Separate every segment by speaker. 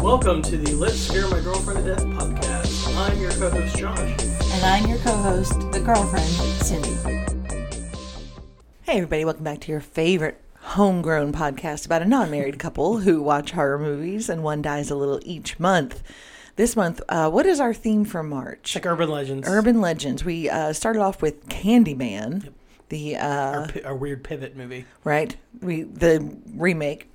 Speaker 1: Welcome to the Let's Scare My Girlfriend to Death podcast. I'm your co host, Josh.
Speaker 2: And I'm your co host, the girlfriend, Cindy. Hey, everybody, welcome back to your favorite homegrown podcast about a non married couple who watch horror movies and one dies a little each month. This month, uh, what is our theme for March?
Speaker 1: Like urban legends.
Speaker 2: Urban legends. We uh, started off with Candyman, the uh,
Speaker 1: Our, pi- our weird pivot movie.
Speaker 2: right we the remake,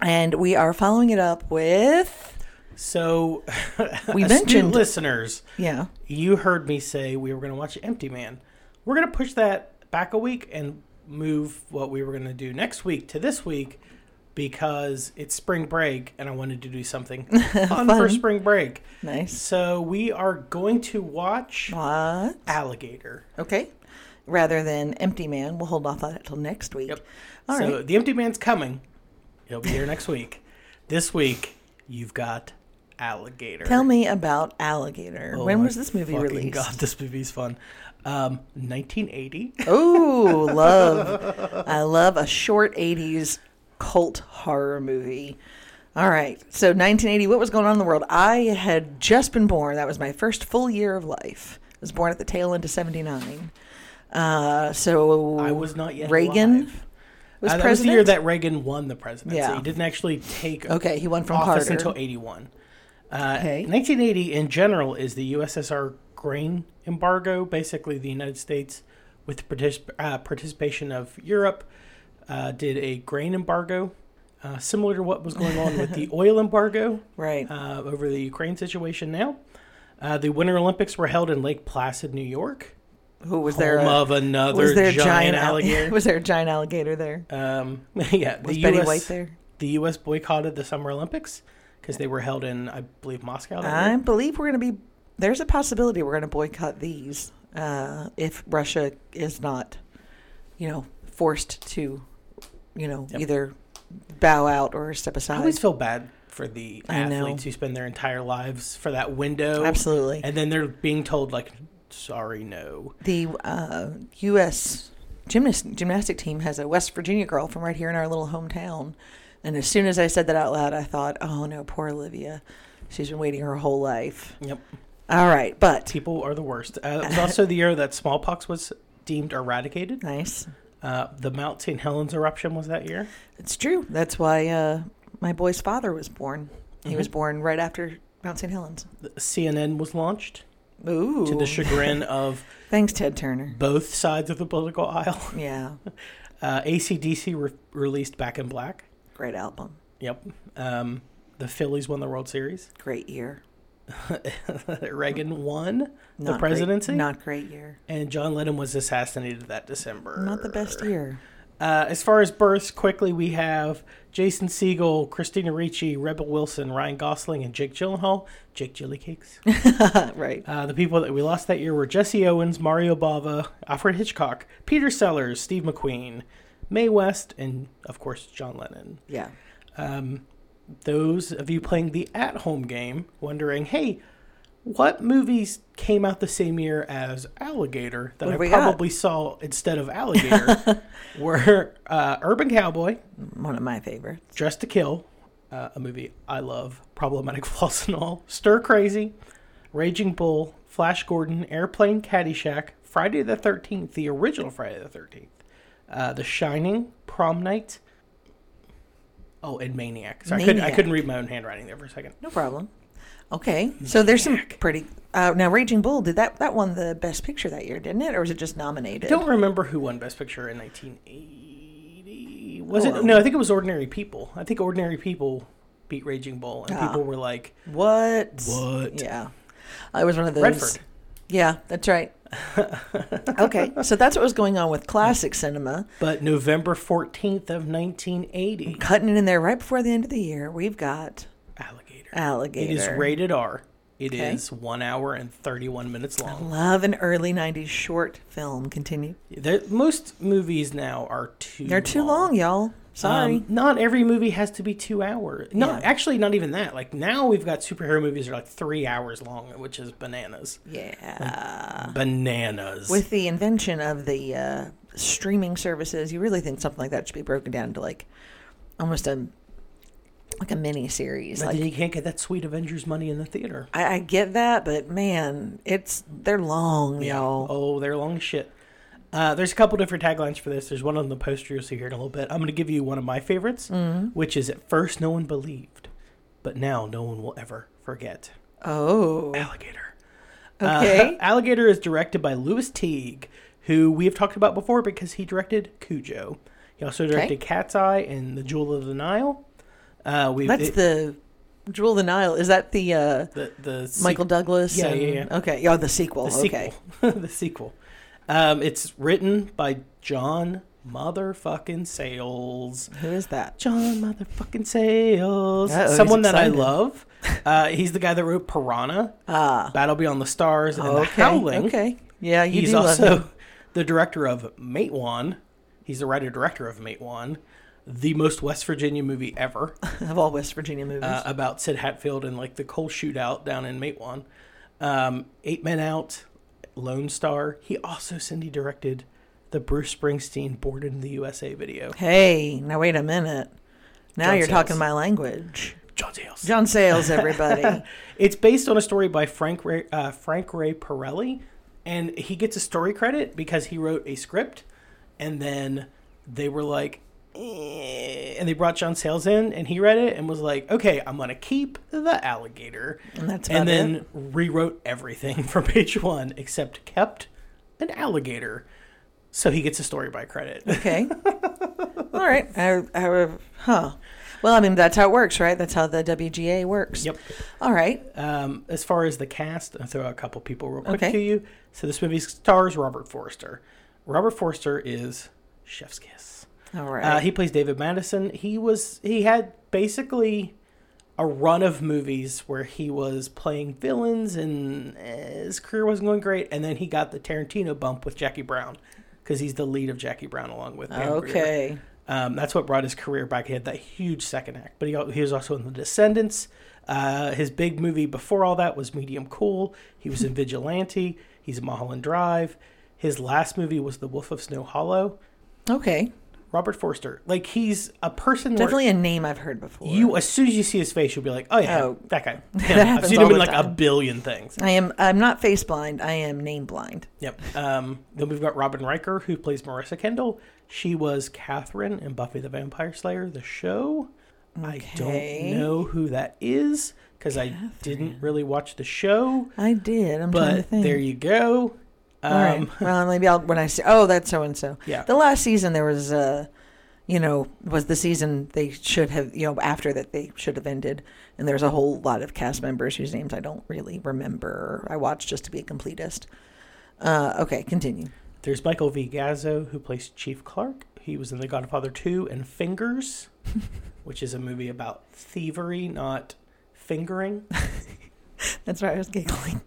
Speaker 2: and we are following it up with
Speaker 1: So,
Speaker 2: We
Speaker 1: astute
Speaker 2: mentioned-
Speaker 1: listeners,
Speaker 2: yeah
Speaker 1: you heard me say we were going to watch Empty Man. We're going to push that back a week and move what we were going to do next week to this week because it's spring break and I wanted to do something fun, for
Speaker 2: Fun.
Speaker 1: spring break.
Speaker 2: nice
Speaker 1: So, we are going to watch
Speaker 2: what
Speaker 1: Alligator.
Speaker 2: okay rather than Empty Man. We'll hold off on it till next week.
Speaker 1: Yep.
Speaker 2: All right.
Speaker 1: so the empty man's coming. He'll be here next week. This week, you've got alligator.
Speaker 2: Tell me about Alligator.
Speaker 1: Oh
Speaker 2: when
Speaker 1: my
Speaker 2: was this movie
Speaker 1: fucking
Speaker 2: released?
Speaker 1: God, this movie's fun. Um, 1980.
Speaker 2: Oh, love. I love a short 80s cult horror movie. All right. So 1980, what was going on in the world? I had just been born. That was my first full year of life. I was born at the tail end of 79. Uh, so
Speaker 1: I was not yet
Speaker 2: Reagan
Speaker 1: alive. Uh, that was
Speaker 2: was
Speaker 1: the
Speaker 2: president.
Speaker 1: year that Reagan won the presidency.
Speaker 2: Yeah.
Speaker 1: He didn't actually take
Speaker 2: okay, he won from
Speaker 1: office
Speaker 2: Carter.
Speaker 1: until 81. Uh,
Speaker 2: Okay.
Speaker 1: 1980 in general is the USSR grain embargo, basically the United States, with the particip- uh, participation of Europe, uh, did a grain embargo, uh, similar to what was going on with the oil embargo
Speaker 2: right.
Speaker 1: uh, over the Ukraine situation now. Uh, the Winter Olympics were held in Lake Placid, New York.
Speaker 2: Who was there? uh,
Speaker 1: Home
Speaker 2: a-
Speaker 1: of another
Speaker 2: was there a
Speaker 1: giant,
Speaker 2: giant al-
Speaker 1: alligator.
Speaker 2: was there a giant alligator there?
Speaker 1: um, yeah,
Speaker 2: Was
Speaker 1: the
Speaker 2: Betty
Speaker 1: US
Speaker 2: White there?
Speaker 1: the U.S. boycotted the Summer Olympics because they were held in, I believe, Moscow. that
Speaker 2: I
Speaker 1: year.
Speaker 2: believe we're going to be. There's a possibility we're going to boycott these uh, if Russia is not, you know, forced to, you know,
Speaker 1: Yep.
Speaker 2: either bow out or
Speaker 1: I
Speaker 2: step aside.
Speaker 1: always feel bad for the
Speaker 2: I know.
Speaker 1: athletes who spend their entire lives for that window,
Speaker 2: Absolutely.
Speaker 1: and then they're being told like, "Sorry, no."
Speaker 2: The uh, U.S. Gymnast, gymnastic team has a West Virginia girl from right here in our little hometown. And as soon as I said that out loud, I thought, oh no, poor Olivia. She's been waiting her whole life.
Speaker 1: Yep,
Speaker 2: All right, but
Speaker 1: people are the worst. Uh, it was also the year that smallpox was deemed eradicated.
Speaker 2: nice.
Speaker 1: Uh, the Mount St. Helens eruption was that year.
Speaker 2: It's true. That's why uh, my boy's father was born. He
Speaker 1: Mm-hmm.
Speaker 2: was born right after Mount St. Helens.
Speaker 1: The CNN was launched
Speaker 2: Ooh.
Speaker 1: to the chagrin of
Speaker 2: Thanks, Ted Turner.
Speaker 1: both sides of the political aisle.
Speaker 2: Yeah.
Speaker 1: Uh, ACDC re- released Back in Black.
Speaker 2: Great album.
Speaker 1: Yep. Um, the Phillies won the World Series.
Speaker 2: Great year.
Speaker 1: Reagan won
Speaker 2: Not
Speaker 1: the
Speaker 2: great-
Speaker 1: presidency,
Speaker 2: not great year.
Speaker 1: and John Lennon was assassinated that December.
Speaker 2: Not the best year.
Speaker 1: Uh, as far as births, quickly we have Jason Siegel, Christina Ricci, Rebel Wilson, Ryan Gosling, and Jake Gyllenhaal. Jake Jellycakes.
Speaker 2: right.
Speaker 1: uh, the people that we lost that year were Jesse Owens, Mario Bava, Alfred Hitchcock, Peter Sellers, Steve McQueen, Mae West, and of course John Lennon.
Speaker 2: Yeah.
Speaker 1: um, those of you playing the at home game wondering, hey, what movies came out the same year as Alligator that
Speaker 2: What
Speaker 1: I
Speaker 2: have we got?
Speaker 1: probably saw instead of Alligator were uh, Urban Cowboy,
Speaker 2: One of my favorites.
Speaker 1: Dress to Kill, uh, a movie I love, Problematic Flaws and All, Stir Crazy, Raging Bull, Flash Gordon, Airplane, Caddyshack, Friday the 13th, the original Friday the 13th, uh, The Shining, Prom Night, oh, and Maniac. Sorry, I, couldn't, I
Speaker 2: Maniac.
Speaker 1: couldn't read my own handwriting there for a second.
Speaker 2: No problem. Okay. So there's some pretty. Uh, now, Raging Bull, did that, that won the Best Picture that year, didn't it? Or was it just nominated?
Speaker 1: I don't remember who won Best Picture in 1980. Was
Speaker 2: Oh.
Speaker 1: it? No, I think it was Ordinary People. I think Ordinary People beat Raging Bull, and
Speaker 2: Ah.
Speaker 1: people were like,
Speaker 2: What?
Speaker 1: What?
Speaker 2: Yeah. I was one of those.
Speaker 1: Redford.
Speaker 2: Yeah, that's right. okay, so that's what was going on with classic cinema.
Speaker 1: but November 14th of 1980.
Speaker 2: Cutting it in there right before the end of the year, we've got
Speaker 1: Alligator.
Speaker 2: Alligator.
Speaker 1: It is rated R. It is
Speaker 2: Okay.
Speaker 1: one hour and 31 minutes long.
Speaker 2: Love an early 90s short film. Continue.
Speaker 1: There, most movies now are too
Speaker 2: They're too long, y'all. Sorry.
Speaker 1: Um, not every movie has to be two hours. No,
Speaker 2: Yeah.
Speaker 1: actually, not even that. Like now, we've got superhero movies that are like three hours long, which is bananas.
Speaker 2: yeah.
Speaker 1: Bananas.
Speaker 2: Uh, With the invention of the uh, streaming services, you really think something like that should be broken down into like almost a like a mini series.
Speaker 1: But
Speaker 2: Like
Speaker 1: then you can't get that sweet Avengers money in the theater.
Speaker 2: I, I get that, but man, it's they're long, y'all.
Speaker 1: Oh, they're long as shit. Uh, there's a couple different taglines for this. There's one on the poster you'll see here in a little bit. I'm going to give you one of my favorites,
Speaker 2: Mm-hmm.
Speaker 1: which is at first no one believed, but now no one will ever forget.
Speaker 2: Oh,
Speaker 1: Alligator. Uh,
Speaker 2: okay.
Speaker 1: Alligator is directed by Lewis Teague, who we have talked about before because he directed Cujo. He also directed Cat's Eye and The Jewel of the Nile. Uh, we
Speaker 2: That's
Speaker 1: it-
Speaker 2: the Jewel of the Nile. Is that the uh,
Speaker 1: the, the se-
Speaker 2: Michael Douglas?
Speaker 1: Yeah, yeah, yeah.
Speaker 2: Okay, yeah, the sequel.
Speaker 1: the
Speaker 2: okay,
Speaker 1: sequel. the sequel. Um, it's written by John Motherfucking Sales.
Speaker 2: who is that?
Speaker 1: John Motherfucking Sales.
Speaker 2: Uh-oh, he's
Speaker 1: Someone that I
Speaker 2: excited.
Speaker 1: love. Uh, he's the guy that wrote Piranha,
Speaker 2: Ah,
Speaker 1: Battle Beyond the Stars, and The
Speaker 2: okay,
Speaker 1: Uh, Howling.
Speaker 2: okay. Yeah, you
Speaker 1: He's
Speaker 2: do love him.
Speaker 1: also the director of Matewan. He's the writer director of Matewan, the most West Virginia movie ever
Speaker 2: of all West Virginia movies.
Speaker 1: uh, about Sid Hatfield and like the coal shootout down in Matewan. Um, Eight Men Out, Lone Star. He also Cindy directed the Bruce Springsteen Born in the USA video.
Speaker 2: hey, now wait a minute.
Speaker 1: uh,
Speaker 2: Now
Speaker 1: John
Speaker 2: you're talking
Speaker 1: Sayles.
Speaker 2: my language.
Speaker 1: John Sayles.
Speaker 2: John Sayles, everybody.
Speaker 1: It's based on a story by Frank Ray, uh, Frank Ray Pirelli, and he gets a story credit because he wrote a script, and then they were like, eh, and they brought John Sayles in, and he read it and was like, okay, I'm gonna keep the alligator,
Speaker 2: And that's about
Speaker 1: and then
Speaker 2: it.
Speaker 1: rewrote everything from page one except kept an alligator, so he gets a story by credit.
Speaker 2: Okay. All right. I, I, huh. Well, I mean, that's how it works, right? That's how the WGA works.
Speaker 1: Yep.
Speaker 2: All right.
Speaker 1: Um, as far as the cast, I'll throw out a couple people real quick
Speaker 2: Okay.
Speaker 1: to you. So this movie stars Robert Forster. Robert Forster is Chef's Kiss.
Speaker 2: All right.
Speaker 1: Uh, he plays David Madison. He was he had basically a run of movies where he was playing villains and eh, his career wasn't going great, and then he got the Tarantino bump with Jackie Brown because he's the lead of Jackie Brown along with Pam Grier.
Speaker 2: okay.
Speaker 1: Um, that's what brought his career back. He had that huge second act, but he, al- he was also in The Descendants. Uh, his big movie before all that was Medium Cool. He was in Vigilante. He's in Mulholland Drive. His last movie was The Wolf of Snow Hollow.
Speaker 2: Okay.
Speaker 1: Robert Forster, like he's a person. where
Speaker 2: Definitely a name I've heard before.
Speaker 1: you as soon as you see his face, you'll be like, oh yeah,
Speaker 2: Oh.
Speaker 1: that guy.
Speaker 2: That
Speaker 1: Him. I've
Speaker 2: happens
Speaker 1: seen
Speaker 2: all
Speaker 1: him in
Speaker 2: the
Speaker 1: like a
Speaker 2: time.
Speaker 1: billion things.
Speaker 2: I am. I'm not face blind. I am name blind.
Speaker 1: Yep. Um, then we've got Robin Riker, who plays Marissa Kendall. She was Catherine in Buffy the Vampire Slayer, the show. I
Speaker 2: Okay.
Speaker 1: don't know who that is because I didn't really watch the show,
Speaker 2: I did. I'm trying to
Speaker 1: but
Speaker 2: think.
Speaker 1: there you go. Um,
Speaker 2: All right. Well, maybe I'll when I see. Oh, that's so and so.
Speaker 1: Yeah.
Speaker 2: The last season there was uh you know, was the season they should have, you know, after that they should have ended. And there's a whole lot of cast members whose names I don't really remember. I watched just to be a completist. Uh, okay, continue.
Speaker 1: There's Michael V. Gazzo, who plays Chief Clark. He was in The Godfather 2 and Fingers, which is a movie about thievery, not fingering.
Speaker 2: That's why I was giggling.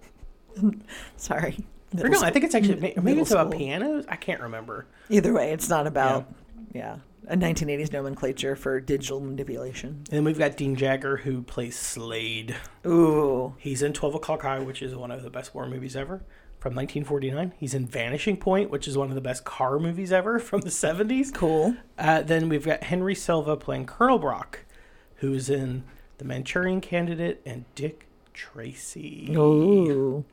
Speaker 2: Sorry.
Speaker 1: Or no, I think it's actually
Speaker 2: mid-
Speaker 1: ma- maybe
Speaker 2: middle
Speaker 1: it's about
Speaker 2: school.
Speaker 1: pianos. I can't remember.
Speaker 2: Either way, it's not about, yeah, a 1980s nomenclature for digital manipulation.
Speaker 1: And then we've got Dean Jagger, who plays Slade.
Speaker 2: Ooh.
Speaker 1: He's in 12 O'Clock High, which is one of the best war movies ever from 1949. He's in Vanishing Point, which is one of the best car movies ever from the 70s.
Speaker 2: Cool.
Speaker 1: Uh, then we've got Henry Silva playing Colonel Brock, who's in The Manchurian Candidate and Dick Tracy.
Speaker 2: Ooh.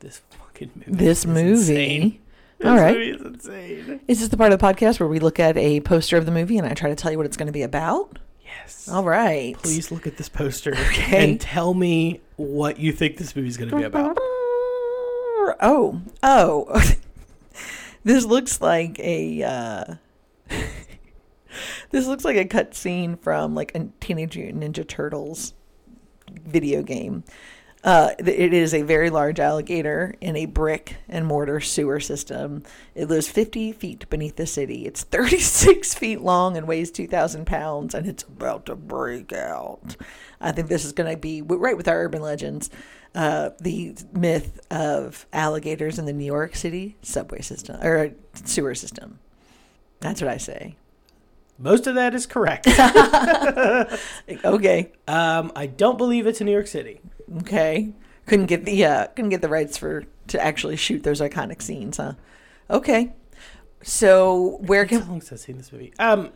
Speaker 1: This fucking movie.
Speaker 2: This
Speaker 1: is
Speaker 2: movie.
Speaker 1: insane. This
Speaker 2: All right.
Speaker 1: movie is insane.
Speaker 2: Is this the part of the podcast where we look at a poster of the movie and I try to tell you what it's going to be about?
Speaker 1: Yes.
Speaker 2: All right.
Speaker 1: Please look at this poster
Speaker 2: Okay.
Speaker 1: and tell me what you think this movie's going to be about.
Speaker 2: Oh, oh. this looks like a. Uh, this looks like a cutscene from like a Teenage Mutant Ninja Turtles video game. Uh, th- it is a very large alligator in a brick and mortar sewer system. It lives 50 feet beneath the city. It's 36 feet long and weighs 2,000 pounds, and it's about to break out. I think this is going to be w- right with our urban legends uh, the myth of alligators in the New York City subway system or sewer system. That's what I say.
Speaker 1: Most of that is correct.
Speaker 2: Okay.
Speaker 1: um, I don't believe it's in New York City.
Speaker 2: Okay. Couldn't get the uh, couldn't get the rights for to actually shoot those iconic scenes, huh? Okay. So where
Speaker 1: How
Speaker 2: can
Speaker 1: long since I've seen this movie? Um,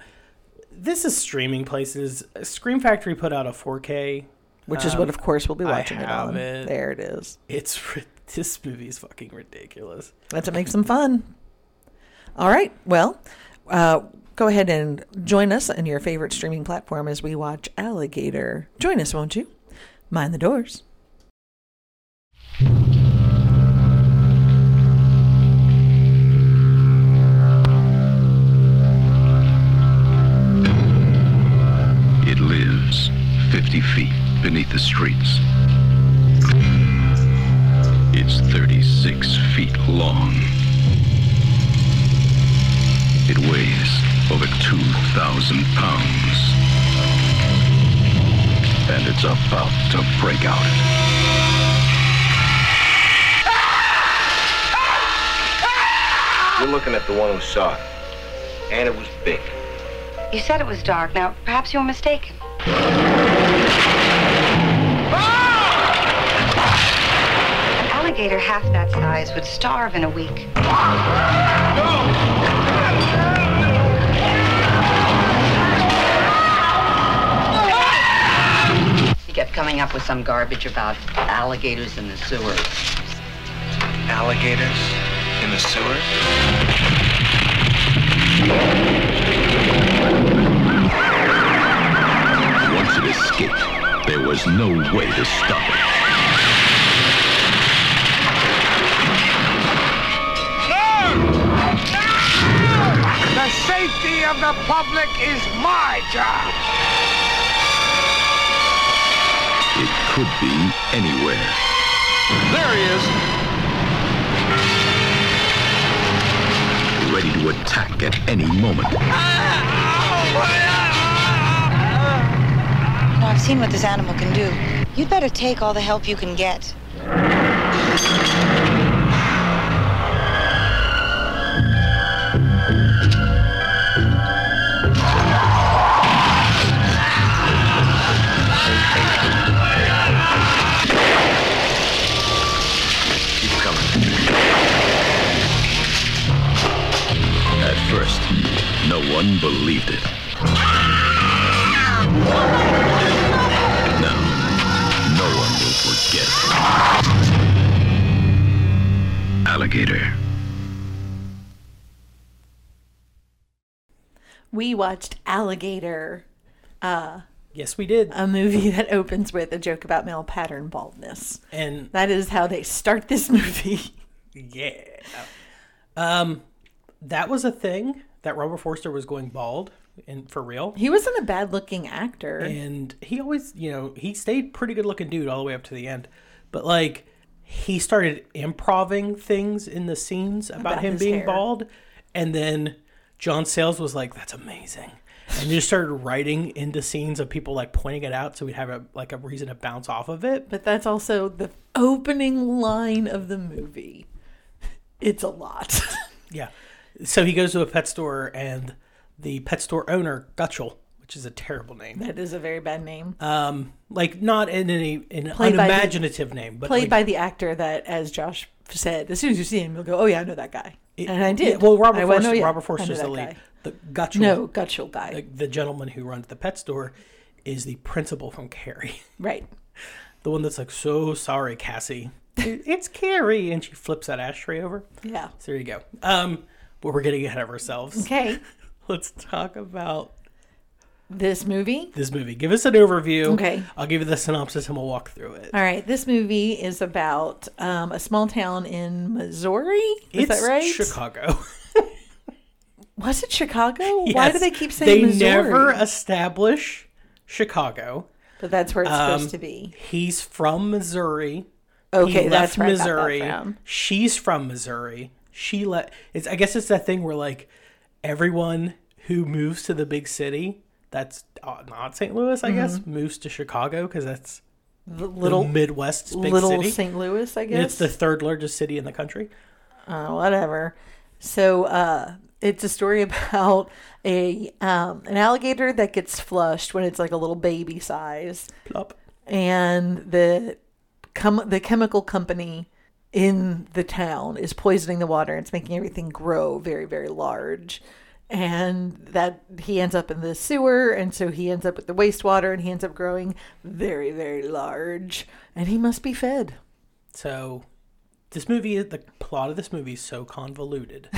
Speaker 1: this is streaming places. Scream Factory put out a 4K.
Speaker 2: Which is what, of course, we'll be
Speaker 1: I
Speaker 2: watching it
Speaker 1: have
Speaker 2: on.
Speaker 1: it.
Speaker 2: There it is.
Speaker 1: It's ri- this movie is fucking ridiculous.
Speaker 2: That's what makes them fun. All right. Well, uh, go ahead and join us on your favorite streaming platform as we watch Alligator. Join us, won't you? Mind the doors.
Speaker 3: It lives 50 feet beneath the streets. It's 36 feet long. It weighs over 2,000 pounds. And it's about to break out.
Speaker 4: You're looking at the one who saw it. And it was big.
Speaker 5: You said it was dark. Now, perhaps you were mistaken. An alligator half that size would starve in a week.
Speaker 6: He kept coming up with some garbage about alligators in the sewer.
Speaker 4: Alligators in the sewer?
Speaker 3: Once it escaped, there was no way to stop it.
Speaker 7: The safety of the public is my job.
Speaker 3: It could be anywhere.
Speaker 4: There he is.
Speaker 3: ready to attack at any moment.
Speaker 5: Well, I've seen what this animal can do. You'd better take all the help you can get.
Speaker 3: Keep coming. At first, no one believed it. Now, no one will forget. it. Alligator.
Speaker 2: We watched Alligator,
Speaker 1: Yes, we did.
Speaker 2: a movie that opens with a joke about male pattern baldness.
Speaker 1: And
Speaker 2: That is how they start this movie.
Speaker 1: yeah. Um that was a thing that Robert Forster was going bald and for real.
Speaker 2: He wasn't a bad looking actor.
Speaker 1: And he always, you know, he stayed pretty good looking dude all the way up to the end. But like he started improving things in the scenes about,
Speaker 2: About
Speaker 1: him
Speaker 2: his
Speaker 1: being
Speaker 2: hair.
Speaker 1: bald. And then John Sayles was like, That's amazing. And just started writing into scenes of people like pointing it out so we'd have a like a reason to bounce off of it.
Speaker 2: But that's also the opening line of the movie. It's a lot.
Speaker 1: Yeah. So he goes to a pet store, and the pet store owner, Gutchel, which is a terrible name, um,
Speaker 2: that is a very bad name.
Speaker 1: Uh, like not in any in an
Speaker 2: Played by the-
Speaker 1: unimaginative name, but
Speaker 2: played
Speaker 1: like,
Speaker 2: by the actor that, as Josh said, as soon as you see him, you'll go, "Oh yeah, I know that guy." and I did.
Speaker 1: Yeah, well, Robert
Speaker 2: I went,
Speaker 1: Forster,
Speaker 2: "Oh, yeah,
Speaker 1: Robert
Speaker 2: I
Speaker 1: Forster's
Speaker 2: know
Speaker 1: the
Speaker 2: that
Speaker 1: lead.
Speaker 2: guy."
Speaker 1: The Gutchel,
Speaker 2: No, Gutschel guy.
Speaker 1: like, the gentleman who runs the pet store, is the principal from Carrie,
Speaker 2: right.
Speaker 1: the one that's like, "So sorry, Cassie, it's Carrie," and she flips that ashtray over.
Speaker 2: Yeah.
Speaker 1: So there you go. Um, but we're getting ahead of ourselves.
Speaker 2: Okay.
Speaker 1: Let's talk about
Speaker 2: this movie.
Speaker 1: this movie. Give us an overview.
Speaker 2: Okay.
Speaker 1: I'll give you the synopsis and we'll walk through it.
Speaker 2: All right. This movie is about um, a small town in Missouri. Is
Speaker 1: it's
Speaker 2: that right?
Speaker 1: Chicago.
Speaker 2: Was it Chicago? Why do
Speaker 1: Yes.
Speaker 2: they keep saying
Speaker 1: they
Speaker 2: Missouri?
Speaker 1: never establish Chicago? Um,
Speaker 2: But that's where it's supposed to be.
Speaker 1: He's from Missouri. He
Speaker 2: Okay,
Speaker 1: left
Speaker 2: that's where
Speaker 1: Missouri.
Speaker 2: I got that from.
Speaker 1: She's from Missouri. She let. It's. I guess it's that thing where like everyone who moves to the big city that's uh, not St. Louis, I guess, moves to Chicago because that's
Speaker 2: The
Speaker 1: little
Speaker 2: Mm-hmm. little
Speaker 1: Midwest big
Speaker 2: little
Speaker 1: city.
Speaker 2: St. Louis, I
Speaker 1: And
Speaker 2: guess.
Speaker 1: it's the third largest city in the country.
Speaker 2: uh, whatever. So uh, it's a story about a um, an alligator that gets flushed when it's like a little baby size,
Speaker 1: Plop.
Speaker 2: and the com- the chemical company in the town is poisoning the water. and It's making everything grow very very large, and that he ends up in the sewer and so he ends up with the wastewater and he ends up growing very very large and he must be fed
Speaker 1: So, this movie, the plot of this movie is so convoluted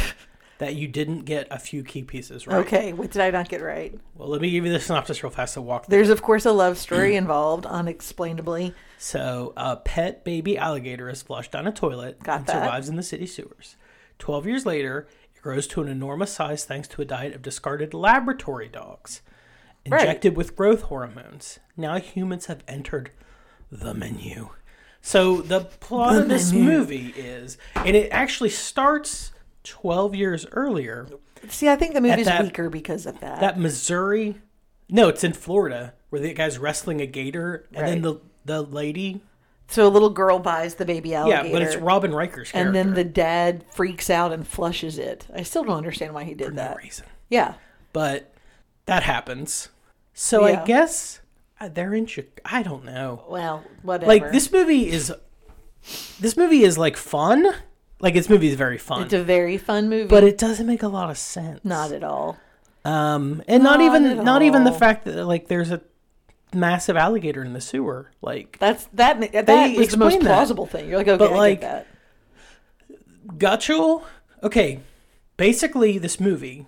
Speaker 1: that you didn't get a few key pieces right.
Speaker 2: okay what did i not get right
Speaker 1: Well, let me give you the synopsis real fast to walk through.
Speaker 2: there's of course a love story involved unexplainably
Speaker 1: So, a pet baby alligator is flushed down a toilet
Speaker 2: Got
Speaker 1: and
Speaker 2: that.
Speaker 1: survives in the city sewers. Twelve years later, it grows to an enormous size thanks to a diet of discarded laboratory dogs injected with growth hormones. Now humans have entered the menu. So the plot of this movie is, and it actually starts 12 years earlier.
Speaker 2: see i think the movie's
Speaker 1: that-
Speaker 2: weaker because of that,
Speaker 1: That Missouri, no, it's in Florida, where the guy's wrestling a gator, and then
Speaker 2: Right.
Speaker 1: the the lady,
Speaker 2: so a little girl buys the baby alligator
Speaker 1: yeah, but it's Robin Riker's character.
Speaker 2: and then the dad freaks out and flushes it i still don't understand why he did
Speaker 1: for no
Speaker 2: that
Speaker 1: reason,
Speaker 2: yeah
Speaker 1: but that happens. So
Speaker 2: Yeah.
Speaker 1: I guess uh, they're in. Chi- I don't know.
Speaker 2: well whatever
Speaker 1: like this movie is this movie is like fun like this movie is very fun
Speaker 2: it's a very fun movie
Speaker 1: but it doesn't make a lot of sense
Speaker 2: not at all
Speaker 1: um and not, even
Speaker 2: at
Speaker 1: not even the
Speaker 2: all.
Speaker 1: fact that like there's a massive alligator in the sewer like
Speaker 2: That's that. ma- That was the most
Speaker 1: explain that.
Speaker 2: plausible thing. You're like, okay,
Speaker 1: But,
Speaker 2: I
Speaker 1: like,
Speaker 2: get that.
Speaker 1: gutchel okay basically this movie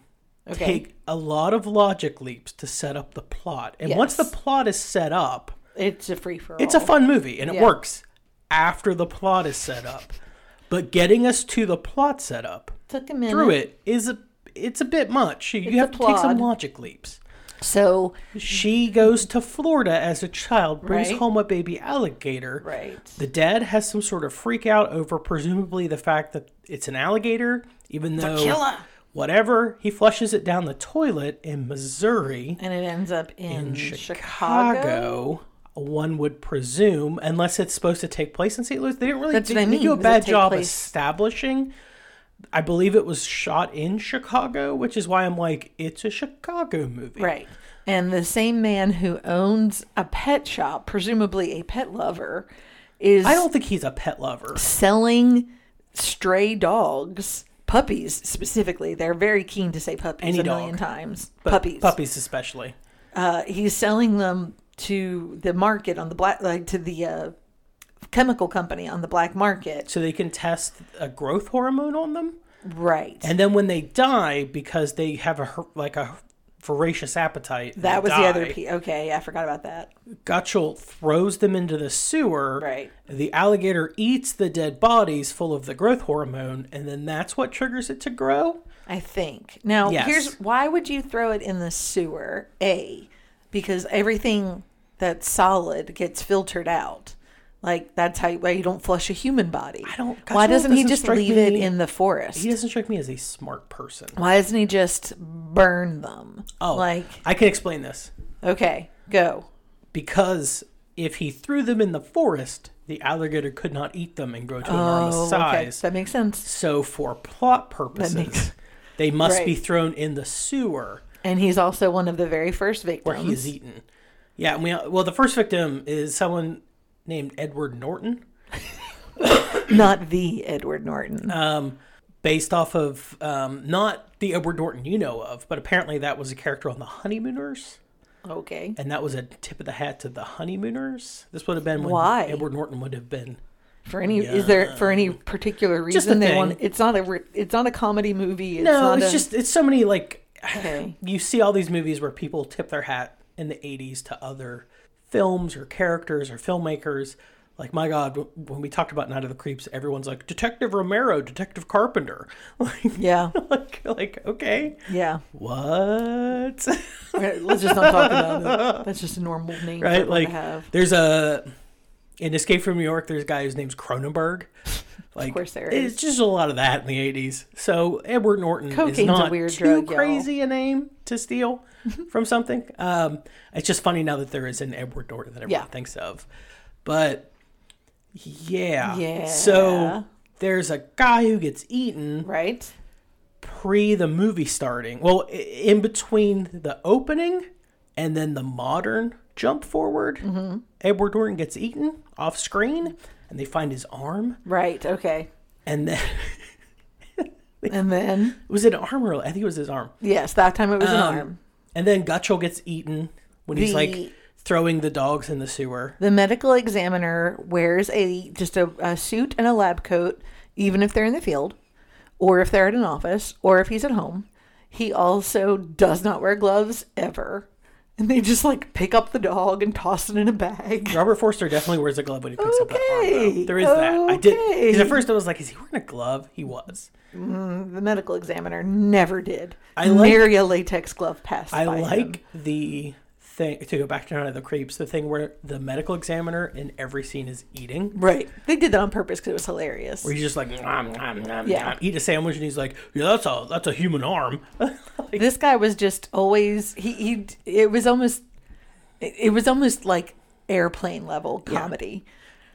Speaker 2: Okay.
Speaker 1: take a lot of logic leaps to set up the plot and once the
Speaker 2: Yes.
Speaker 1: plot is set up
Speaker 2: It's a free for all.
Speaker 1: it's a fun movie and it
Speaker 2: Yeah.
Speaker 1: works after the plot is set up but getting us to the plot setup
Speaker 2: Took a minute.
Speaker 1: through it is a it's a bit much. You
Speaker 2: It's
Speaker 1: have
Speaker 2: a
Speaker 1: to take some
Speaker 2: plod.
Speaker 1: logic leaps.
Speaker 2: So
Speaker 1: She goes to Florida as a child, brings
Speaker 2: Right.
Speaker 1: home a baby alligator.
Speaker 2: Right.
Speaker 1: The dad has some sort of freak out over presumably the fact that it's an alligator, even though
Speaker 2: killer.
Speaker 1: whatever. He flushes it down the toilet in Missouri,
Speaker 2: and it ends up in, Chicago.
Speaker 1: Chicago. One would presume, unless it's supposed to take place in St. Louis, they didn't really
Speaker 2: That's
Speaker 1: they,
Speaker 2: what I
Speaker 1: they do
Speaker 2: mean.
Speaker 1: a
Speaker 2: Does it
Speaker 1: bad
Speaker 2: take
Speaker 1: job
Speaker 2: place-
Speaker 1: establishing. I believe it was shot in Chicago, which is why I'm like, it's a Chicago movie,
Speaker 2: Right. And the same man who owns a pet shop, presumably a pet lover, is
Speaker 1: I don't think he's a pet lover.
Speaker 2: selling stray dogs, puppies specifically. They're very keen to say puppies
Speaker 1: Any
Speaker 2: a million
Speaker 1: dog.
Speaker 2: times.
Speaker 1: but
Speaker 2: puppies.
Speaker 1: puppies especially.
Speaker 2: Uh, he's selling them to the market on the black, like to the uh, chemical company on the black market.
Speaker 1: So they can test a growth hormone on them,
Speaker 2: Right.
Speaker 1: and then when they die, because they have a her- like a voracious appetite,
Speaker 2: That
Speaker 1: they
Speaker 2: was the other
Speaker 1: die,
Speaker 2: piece. Okay, I forgot about that.
Speaker 1: Gutchel throws them into the sewer.
Speaker 2: Right.
Speaker 1: The alligator eats the dead bodies full of the growth hormone, and then that's what triggers it to grow.
Speaker 2: I think. Now,
Speaker 1: Yes.
Speaker 2: here's why would you throw it in the sewer? A, because everything that's solid gets filtered out. Like that's how why you don't flush a human body. I
Speaker 1: don't-
Speaker 2: Why
Speaker 1: Gutchel
Speaker 2: doesn't he
Speaker 1: doesn't
Speaker 2: just
Speaker 1: strike
Speaker 2: leave it
Speaker 1: me-
Speaker 2: in the forest?
Speaker 1: He doesn't strike me as a smart person.
Speaker 2: Why doesn't he just burn them?
Speaker 1: Oh,
Speaker 2: like
Speaker 1: I can explain this
Speaker 2: okay, go.
Speaker 1: because if he threw them in the forest, the alligator could not eat them and grow to enormous
Speaker 2: Oh, okay,
Speaker 1: size.
Speaker 2: that makes sense.
Speaker 1: So, for plot purposes,
Speaker 2: makes-
Speaker 1: they must be
Speaker 2: Right.
Speaker 1: thrown in the sewer
Speaker 2: And he's also one of the very first victims.
Speaker 1: where he is eaten. Yeah, and we, well, the first victim is someone named Edward Norton.
Speaker 2: not the Edward Norton.
Speaker 1: Uh, based off of um, not the Edward Norton you know of, but apparently that was a character on The Honeymooners,
Speaker 2: okay.
Speaker 1: and that was a tip of the hat to The Honeymooners. This would have been when
Speaker 2: Why?
Speaker 1: Edward Norton would have been.
Speaker 2: For any is there for any particular reason
Speaker 1: Just a
Speaker 2: they
Speaker 1: thing.
Speaker 2: want? It's not a re- it's not a comedy movie. It's
Speaker 1: No,
Speaker 2: not
Speaker 1: it's
Speaker 2: a-
Speaker 1: just it's so many like
Speaker 2: okay.
Speaker 1: you see all these movies where people tip their hat in the '80s to other films or characters or filmmakers. Like my God, w- when we talked about Night of the Creeps, everyone's like Detective Romero, Detective Carpenter, like
Speaker 2: Yeah,
Speaker 1: like, like okay,
Speaker 2: yeah.
Speaker 1: what?
Speaker 2: Right, Let's just not talk about it. That's just a normal name for
Speaker 1: right?
Speaker 2: everyone
Speaker 1: Like,
Speaker 2: to have.
Speaker 1: there's a in Escape from New York. There's a guy whose name's Cronenberg. Like,
Speaker 2: course there
Speaker 1: it's
Speaker 2: is.
Speaker 1: just a lot of that in the '80s. So Edward Norton
Speaker 2: Cocaine's
Speaker 1: is
Speaker 2: a
Speaker 1: not
Speaker 2: weird
Speaker 1: too
Speaker 2: drug, y'all.
Speaker 1: crazy a name to steal from something. Um, it's just funny now that there is an Edward Norton that everyone
Speaker 2: Yeah.
Speaker 1: thinks of, but yeah,
Speaker 2: Yeah.
Speaker 1: So there's a guy who gets eaten
Speaker 2: Right?
Speaker 1: pre the movie starting. Well, i- in between the opening and then the modern jump forward,
Speaker 2: Mm-hmm.
Speaker 1: Edward Norton gets eaten off screen, and they find his arm,
Speaker 2: Right. Okay.
Speaker 1: and then
Speaker 2: And then,
Speaker 1: It was an arm roll. I think it was his arm.
Speaker 2: yes, that time it was an
Speaker 1: Um,
Speaker 2: arm.
Speaker 1: And then Gutchel gets eaten when he's
Speaker 2: The-
Speaker 1: like throwing the dogs in the sewer.
Speaker 2: The medical examiner wears a just a, a suit and a lab coat, even if they're in the field, or if they're at an office, or if he's at home. He also does not wear gloves ever, and they just like pick up the dog and toss it in a bag.
Speaker 1: Robert Forster definitely wears a glove when he picks up that arm.
Speaker 2: Okay,
Speaker 1: Though. There is that. I did. Because
Speaker 2: okay.
Speaker 1: at first I was like, is he wearing a glove? He was.
Speaker 2: The medical examiner never did.
Speaker 1: I like-
Speaker 2: nary a latex glove passed.
Speaker 1: I
Speaker 2: by him.
Speaker 1: like the thing to go back to Night of the Creeps, the thing where the medical examiner in every scene is eating.
Speaker 2: right. They did that on purpose because it was hilarious.
Speaker 1: Where he's just like, nom, nom, nom,
Speaker 2: Yeah.
Speaker 1: nom," eat a sandwich, and he's like, yeah, that's a that's a human arm.
Speaker 2: this guy was just always he he it was almost it it was almost like airplane level comedy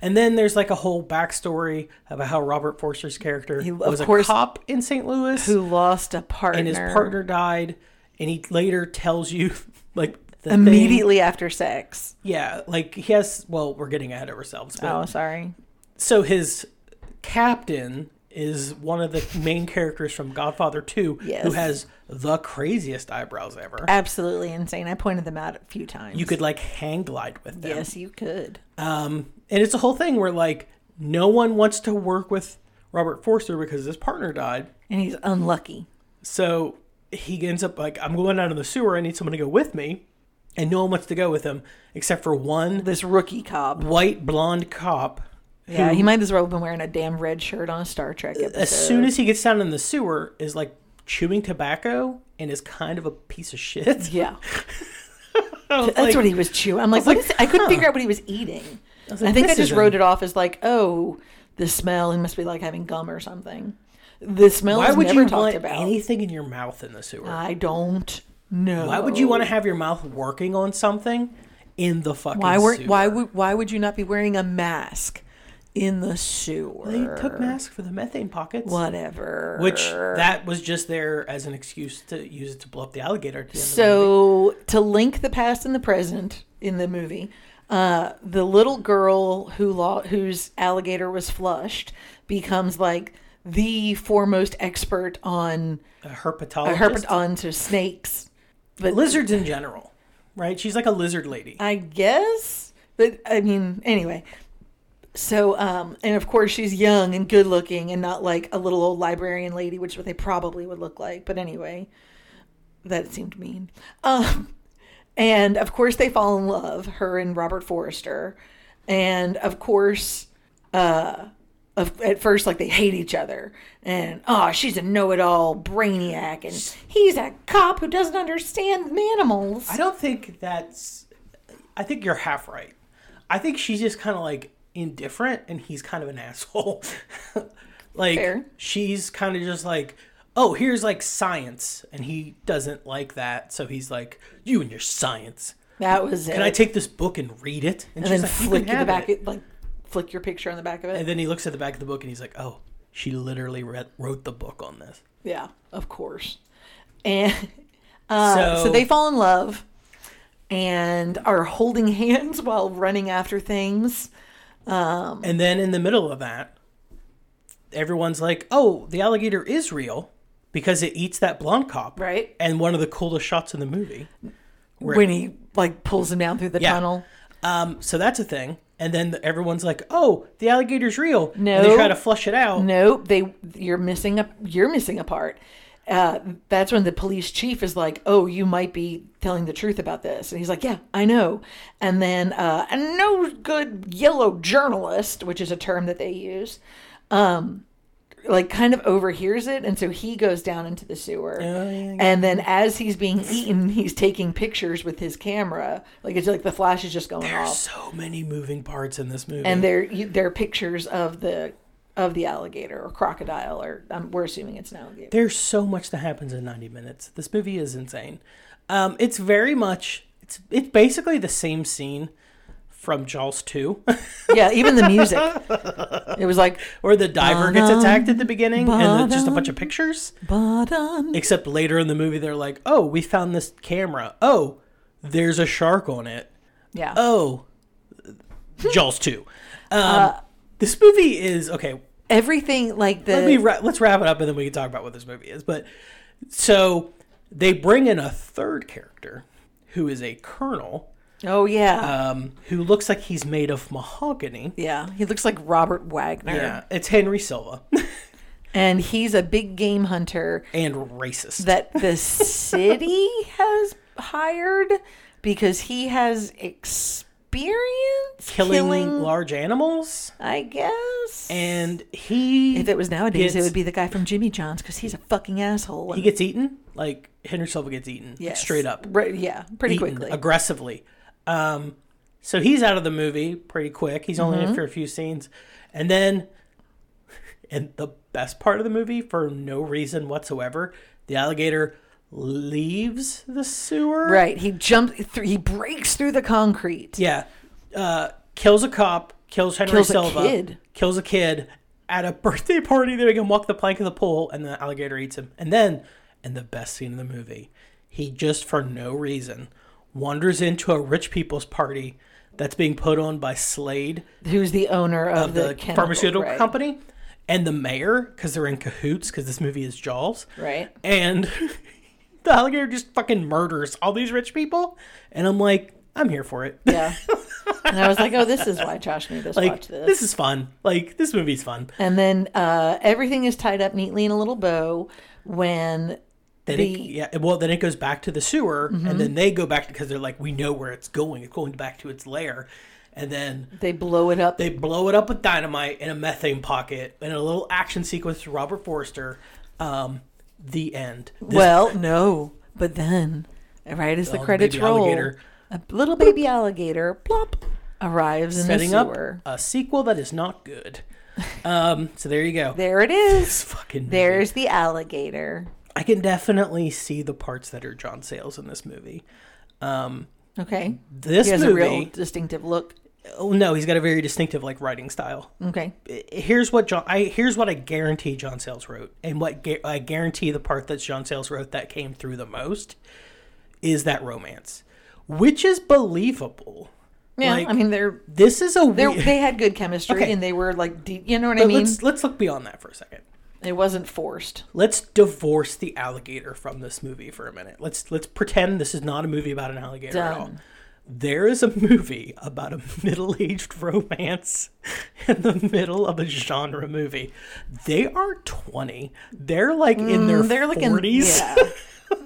Speaker 1: and then there's like a whole backstory about how Robert Forster's character
Speaker 2: of
Speaker 1: was a
Speaker 2: course-
Speaker 1: cop in St. Louis,
Speaker 2: who lost a partner
Speaker 1: and his partner died, and he later tells you like the thing-
Speaker 2: immediately after sex
Speaker 1: yeah, like he has. Well, we're getting ahead of ourselves. But
Speaker 2: oh sorry
Speaker 1: so his captain is one of the main characters from Godfather 2 who
Speaker 2: Yes.
Speaker 1: has the craziest eyebrows ever.
Speaker 2: absolutely insane i pointed them out a few times
Speaker 1: You could like hang glide with them.
Speaker 2: yes you could
Speaker 1: Um, and it's a whole thing where like no one wants to work with Robert Forster because his partner died.
Speaker 2: and he's unlucky
Speaker 1: So he ends up like, I'm going out in the sewer. I need someone to go with me. And no one wants to go with him except for one
Speaker 2: this rookie cop
Speaker 1: white blonde cop.
Speaker 2: yeah he might as well have been wearing a damn red shirt on a star trek episode.
Speaker 1: as soon as he gets down in the sewer is like chewing tobacco and is kind of a piece of shit.
Speaker 2: yeah
Speaker 1: That's
Speaker 2: That's what he was chewing. I'm like,
Speaker 1: like,
Speaker 2: what is it? I couldn't
Speaker 1: huh.
Speaker 2: figure out what he was eating. I,
Speaker 1: like,
Speaker 2: think I
Speaker 1: this is
Speaker 2: just wrote
Speaker 1: a-
Speaker 2: it off as like, oh, the smell. It must be like having gum or something. The smell
Speaker 1: Why
Speaker 2: is
Speaker 1: would
Speaker 2: never
Speaker 1: you
Speaker 2: talked
Speaker 1: want
Speaker 2: about.
Speaker 1: anything in your mouth in the sewer?
Speaker 2: I don't know.
Speaker 1: why would you
Speaker 2: Oh.
Speaker 1: want to have your mouth working on something in the fucking
Speaker 2: Why were?
Speaker 1: sewer?
Speaker 2: Why would? Why would you not be wearing a mask in the sewer?
Speaker 1: they took masks for the methane pockets?
Speaker 2: Whatever.
Speaker 1: Which that was just there as an excuse to use it to blow up the alligator. At the end of the movie.
Speaker 2: So to link the past and the present in the movie, uh, the little girl who lo- whose alligator was flushed becomes like the foremost expert on
Speaker 1: a herpetologist,
Speaker 2: herpet on to snakes. But
Speaker 1: lizards in general, right? She's like a lizard lady.
Speaker 2: I guess. But I mean, anyway. So, um, and of course, she's young and good looking and not like a little old librarian lady, which is what they probably would look like. But anyway, that seemed mean. Um, and of course, they fall in love, her and Robert Forrester. And of course, uh, of, at first like they hate each other and oh she's a know-it-all brainiac and he's a cop who doesn't understand animals
Speaker 1: I don't think that's. I think you're half right. I think she's just kind of like indifferent, and he's kind of an asshole. like
Speaker 2: Fair.
Speaker 1: she's kind of just like, oh, here's like science, and he doesn't like that, so he's like, you and your science.
Speaker 2: that was it
Speaker 1: Can I take this book and read it?
Speaker 2: and then
Speaker 1: like, "You
Speaker 2: flick
Speaker 1: can
Speaker 2: the
Speaker 1: have
Speaker 2: back
Speaker 1: it."
Speaker 2: like flick your picture on the back of it
Speaker 1: And then he looks at the back of the book, and he's like, oh, she literally read, wrote the book on this.
Speaker 2: yeah of course and uh, so,
Speaker 1: So-
Speaker 2: they fall in love and are holding hands while running after things
Speaker 1: And then in the middle of that, everyone's like, "Oh, the alligator is real because it eats that blonde cop."
Speaker 2: Right.
Speaker 1: And one of the coolest shots in the movie. Right.
Speaker 2: when he like pulls him down through the
Speaker 1: Yeah.
Speaker 2: tunnel
Speaker 1: Um, so that's a thing. And then everyone's like, "Oh, the alligator's real." And
Speaker 2: No.
Speaker 1: they try to flush it out.
Speaker 2: Nope, they you're missing a you're missing a part. Uh, that's when the police chief is like, "Oh, you might be telling the truth about this," and he's like, "Yeah, I know." And then uh, a no good yellow journalist, which is a term that they use, um, like kind of overhears it, and so he goes down into the sewer. And then as he's being eaten, he's taking pictures with his camera. Like it's like the flash is just going off
Speaker 1: So many moving parts in this movie.
Speaker 2: and they're you- they're pictures of the of the alligator or crocodile or um, we're assuming it's an alligator.
Speaker 1: There's so much that happens in 90 minutes. This movie is insane. Um, it's very much it's it's basically the same scene from Jaws 2.
Speaker 2: yeah, even the music. It was like
Speaker 1: Or the diver gets attacked at the beginning and it's just a bunch of pictures.
Speaker 2: ba-dum.
Speaker 1: Except later in the movie, they're like, oh, we found this camera. Oh, there's a shark on it.
Speaker 2: yeah. Uh,
Speaker 1: Oh, Jaws 2. Um, this movie is, okay,
Speaker 2: everything like the
Speaker 1: Let me ra- let's wrap it up and then we can talk about what this movie is. But so they bring in a third character who is a colonel
Speaker 2: oh yeah
Speaker 1: um, who looks like he's made of mahogany.
Speaker 2: yeah he looks like Robert Wagner
Speaker 1: Yeah, it's Henry Silva
Speaker 2: and he's a big game hunter
Speaker 1: and racist.
Speaker 2: that the city has hired because he has experience
Speaker 1: killing, large animals
Speaker 2: I guess.
Speaker 1: and he
Speaker 2: if it was nowadays, it
Speaker 1: gets-
Speaker 2: would be the guy from Jimmy John's because he's a fucking asshole.
Speaker 1: he gets eaten like Henry Silva gets eaten like, straight up.
Speaker 2: Right, yeah, pretty
Speaker 1: eaten
Speaker 2: quickly.
Speaker 1: aggressively. Um, so he's out of the movie pretty quick. He's only in it for a few scenes, and then, and the best part of the movie for no reason whatsoever, the alligator leaves the sewer.
Speaker 2: right, he jumps. Through, he breaks through the concrete.
Speaker 1: Yeah. Uh, kills a cop. Kills Henry
Speaker 2: Kills a
Speaker 1: Silva.
Speaker 2: kid.
Speaker 1: Kills a kid at a birthday party. They make him walk the plank of the pole, and the alligator eats him. And then, and the best scene in the movie, he just for no reason wanders into a rich people's party that's being put on by Slade,
Speaker 2: Who's the owner of,
Speaker 1: the,
Speaker 2: the, chemical,
Speaker 1: pharmaceutical
Speaker 2: right.
Speaker 1: company, and the mayor because they're in cahoots because this movie is Jaws.
Speaker 2: Right.
Speaker 1: And the alligator just fucking murders all these rich people, and I'm like, I'm here for it.
Speaker 2: Yeah. and I was like, oh, this is why Josh made us
Speaker 1: like
Speaker 2: watch this.
Speaker 1: is fun like this movie's fun
Speaker 2: and then uh, everything is tied up neatly in a little bow when
Speaker 1: then it,
Speaker 2: The- Mm-hmm.
Speaker 1: yeah well then it goes back to the sewer and then they go back because they're like we know where it's going it's going back to its lair and then
Speaker 2: they blow it up.
Speaker 1: they blow it up with dynamite in a methane pocket and a little action sequence with robert forster um the end This-
Speaker 2: well, no, but then right as the
Speaker 1: Oh,
Speaker 2: credits
Speaker 1: baby
Speaker 2: roll,
Speaker 1: alligator.
Speaker 2: a little baby alligator plop arrives in
Speaker 1: setting
Speaker 2: the
Speaker 1: up
Speaker 2: sewer.
Speaker 1: a sequel that is not good um so there you go
Speaker 2: There it is.
Speaker 1: fucking movie.
Speaker 2: There's the alligator.
Speaker 1: i can definitely see the parts that are john sayles in this movie
Speaker 2: Okay.
Speaker 1: this
Speaker 2: He has
Speaker 1: movie
Speaker 2: a real distinctive look.
Speaker 1: oh no he's got a very distinctive like writing style
Speaker 2: Okay.
Speaker 1: here's what John. I here's what I guarantee John Sayles wrote, and what gu- I guarantee the part that John Sayles wrote that came through the most is that romance, which is believable.
Speaker 2: Yeah.
Speaker 1: Like,
Speaker 2: I mean, they're,
Speaker 1: This is a
Speaker 2: they're
Speaker 1: weird.
Speaker 2: they had good chemistry
Speaker 1: Okay.
Speaker 2: and they were like, de- you know what I
Speaker 1: but
Speaker 2: mean?
Speaker 1: let's let's look beyond that for a second.
Speaker 2: It wasn't forced.
Speaker 1: Let's divorce the alligator from this movie for a minute. Let's let's pretend this is not a movie about an alligator at all.
Speaker 2: Done.
Speaker 1: There is a movie about a middle-aged romance in the middle of a genre movie. They are 20. They're like in their
Speaker 2: Mm, They're like
Speaker 1: 40s.
Speaker 2: in yeah.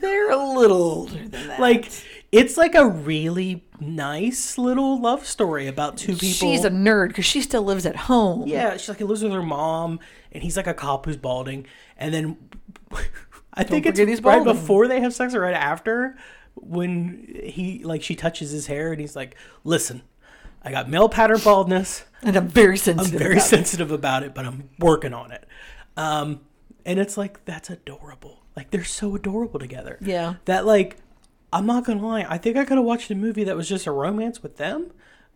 Speaker 2: They're a little older than that.
Speaker 1: like it's like a really nice little love story about two people.
Speaker 2: she's a nerd because she still lives at home.
Speaker 1: yeah. She's like he lives with her mom, and he's like a cop who's balding. And then I think it's
Speaker 2: forget he's
Speaker 1: right
Speaker 2: balding.
Speaker 1: before they have sex or right after when he like she touches his hair and he's like, "Listen, I got male pattern baldness.
Speaker 2: And I'm very
Speaker 1: I'm
Speaker 2: sensitive.
Speaker 1: very
Speaker 2: about it.
Speaker 1: sensitive about it, but I'm working on it." Um, and it's like that's adorable. Like they're so adorable together.
Speaker 2: Yeah.
Speaker 1: that like I'm not gonna lie, I think I could have watched a movie that was just a romance with them,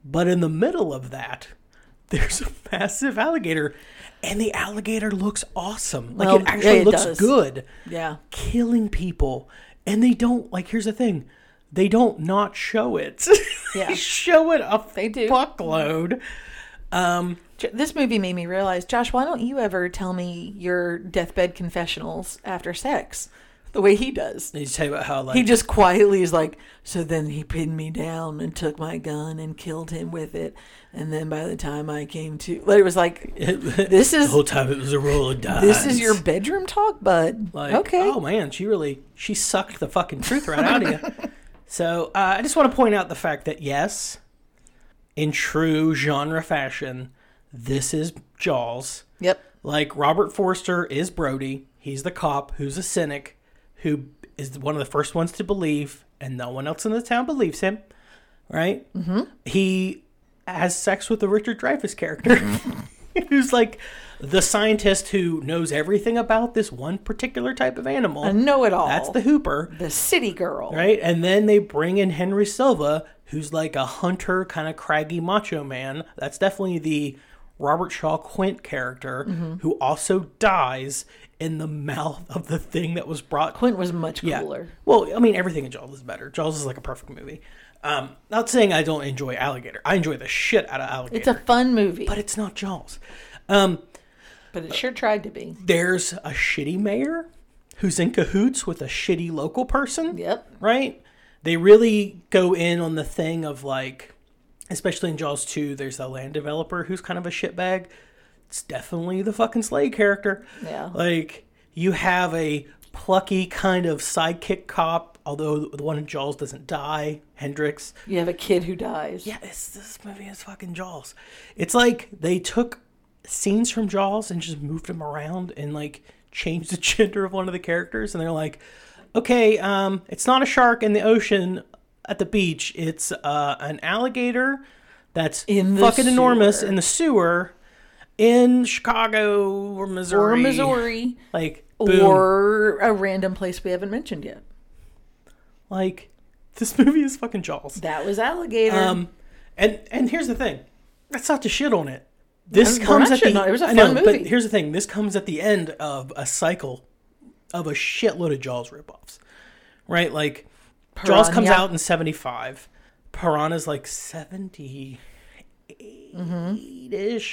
Speaker 1: but in the middle of that, there's a massive alligator, and the alligator looks awesome. Like
Speaker 2: Well,
Speaker 1: it actually
Speaker 2: yeah, it
Speaker 1: looks
Speaker 2: does.
Speaker 1: good,
Speaker 2: Yeah.
Speaker 1: killing people, and they don't like. Here's the thing. They don't not show it.
Speaker 2: Yeah.
Speaker 1: they show it a
Speaker 2: They do.
Speaker 1: fuckload.
Speaker 2: J- This movie made me realize, Josh, why don't you ever tell me your deathbed confessionals after sex the way he does?
Speaker 1: They tell you about how like
Speaker 2: He just quietly is like, so then he pinned me down and took my gun and killed him with it. And then by the time I came to, but it was like, this
Speaker 1: the
Speaker 2: is
Speaker 1: whole time it was a roll of dice.
Speaker 2: this is your bedroom talk, bud.
Speaker 1: Like,
Speaker 2: okay,
Speaker 1: oh man, she really she sucked the fucking truth right out of you. So uh, I just want to point out the fact that yes, in true genre fashion, this is Jaws.
Speaker 2: yep,
Speaker 1: Like Robert Forster is Brody. He's the cop who's a cynic, who is one of the first ones to believe, and no one else in the town believes him. Right? Mm-hmm. He has sex with the Richard Dreyfuss character, who's like the scientist who knows everything about this one particular type of animal.
Speaker 2: I know it all.
Speaker 1: That's the Hooper,
Speaker 2: the city girl,
Speaker 1: right? And then they bring in Henry Silva, who's like a hunter, kind of craggy macho man. That's definitely the Robert Shaw Quint character, who also dies in the mouth of the thing that was brought.
Speaker 2: Quint was much
Speaker 1: Yeah.
Speaker 2: cooler.
Speaker 1: Well, I mean, everything in Jaws is better. Jaws is like a perfect movie. Um, not saying I don't enjoy Alligator. I enjoy the shit out of Alligator
Speaker 2: It's a fun movie.
Speaker 1: but it's not Jaws. Um,
Speaker 2: But it sure tried to be.
Speaker 1: There's a shitty mayor who's in cahoots with a shitty local person.
Speaker 2: Yep.
Speaker 1: Right? They really go in on the thing of like, especially in Jaws 2, there's a land developer who's kind of a shitbag. It's definitely the fucking Slade character.
Speaker 2: Yeah.
Speaker 1: Like, you have a plucky kind of sidekick cop, although the one in Jaws doesn't die, Hendrix.
Speaker 2: You have a kid who dies.
Speaker 1: Yeah, it's, this movie is fucking Jaws. It's like they took scenes from Jaws and just moved them around and like changed the gender of one of the characters, and they're like, okay, um, it's not a shark in the ocean at the beach. It's uh, an alligator that's
Speaker 2: In the
Speaker 1: fucking enormous
Speaker 2: sewer.
Speaker 1: in the sewer in Chicago or
Speaker 2: Or
Speaker 1: Missouri.
Speaker 2: Missouri.
Speaker 1: Like, boom.
Speaker 2: Or a random place we haven't mentioned yet.
Speaker 1: like this movie is fucking Jaws.
Speaker 2: That was alligator.
Speaker 1: Um, and and here's the thing, that's not to shit on it. This
Speaker 2: I'm- we're
Speaker 1: comes
Speaker 2: not
Speaker 1: at the
Speaker 2: shitting on it. It was a
Speaker 1: I know,
Speaker 2: fun
Speaker 1: but
Speaker 2: movie.
Speaker 1: here's the thing. This comes at the end of a cycle of a shitload of Jaws ripoffs, right? Like Jaws comes
Speaker 2: Piranha.
Speaker 1: out in '75. Piranha's like '78ish,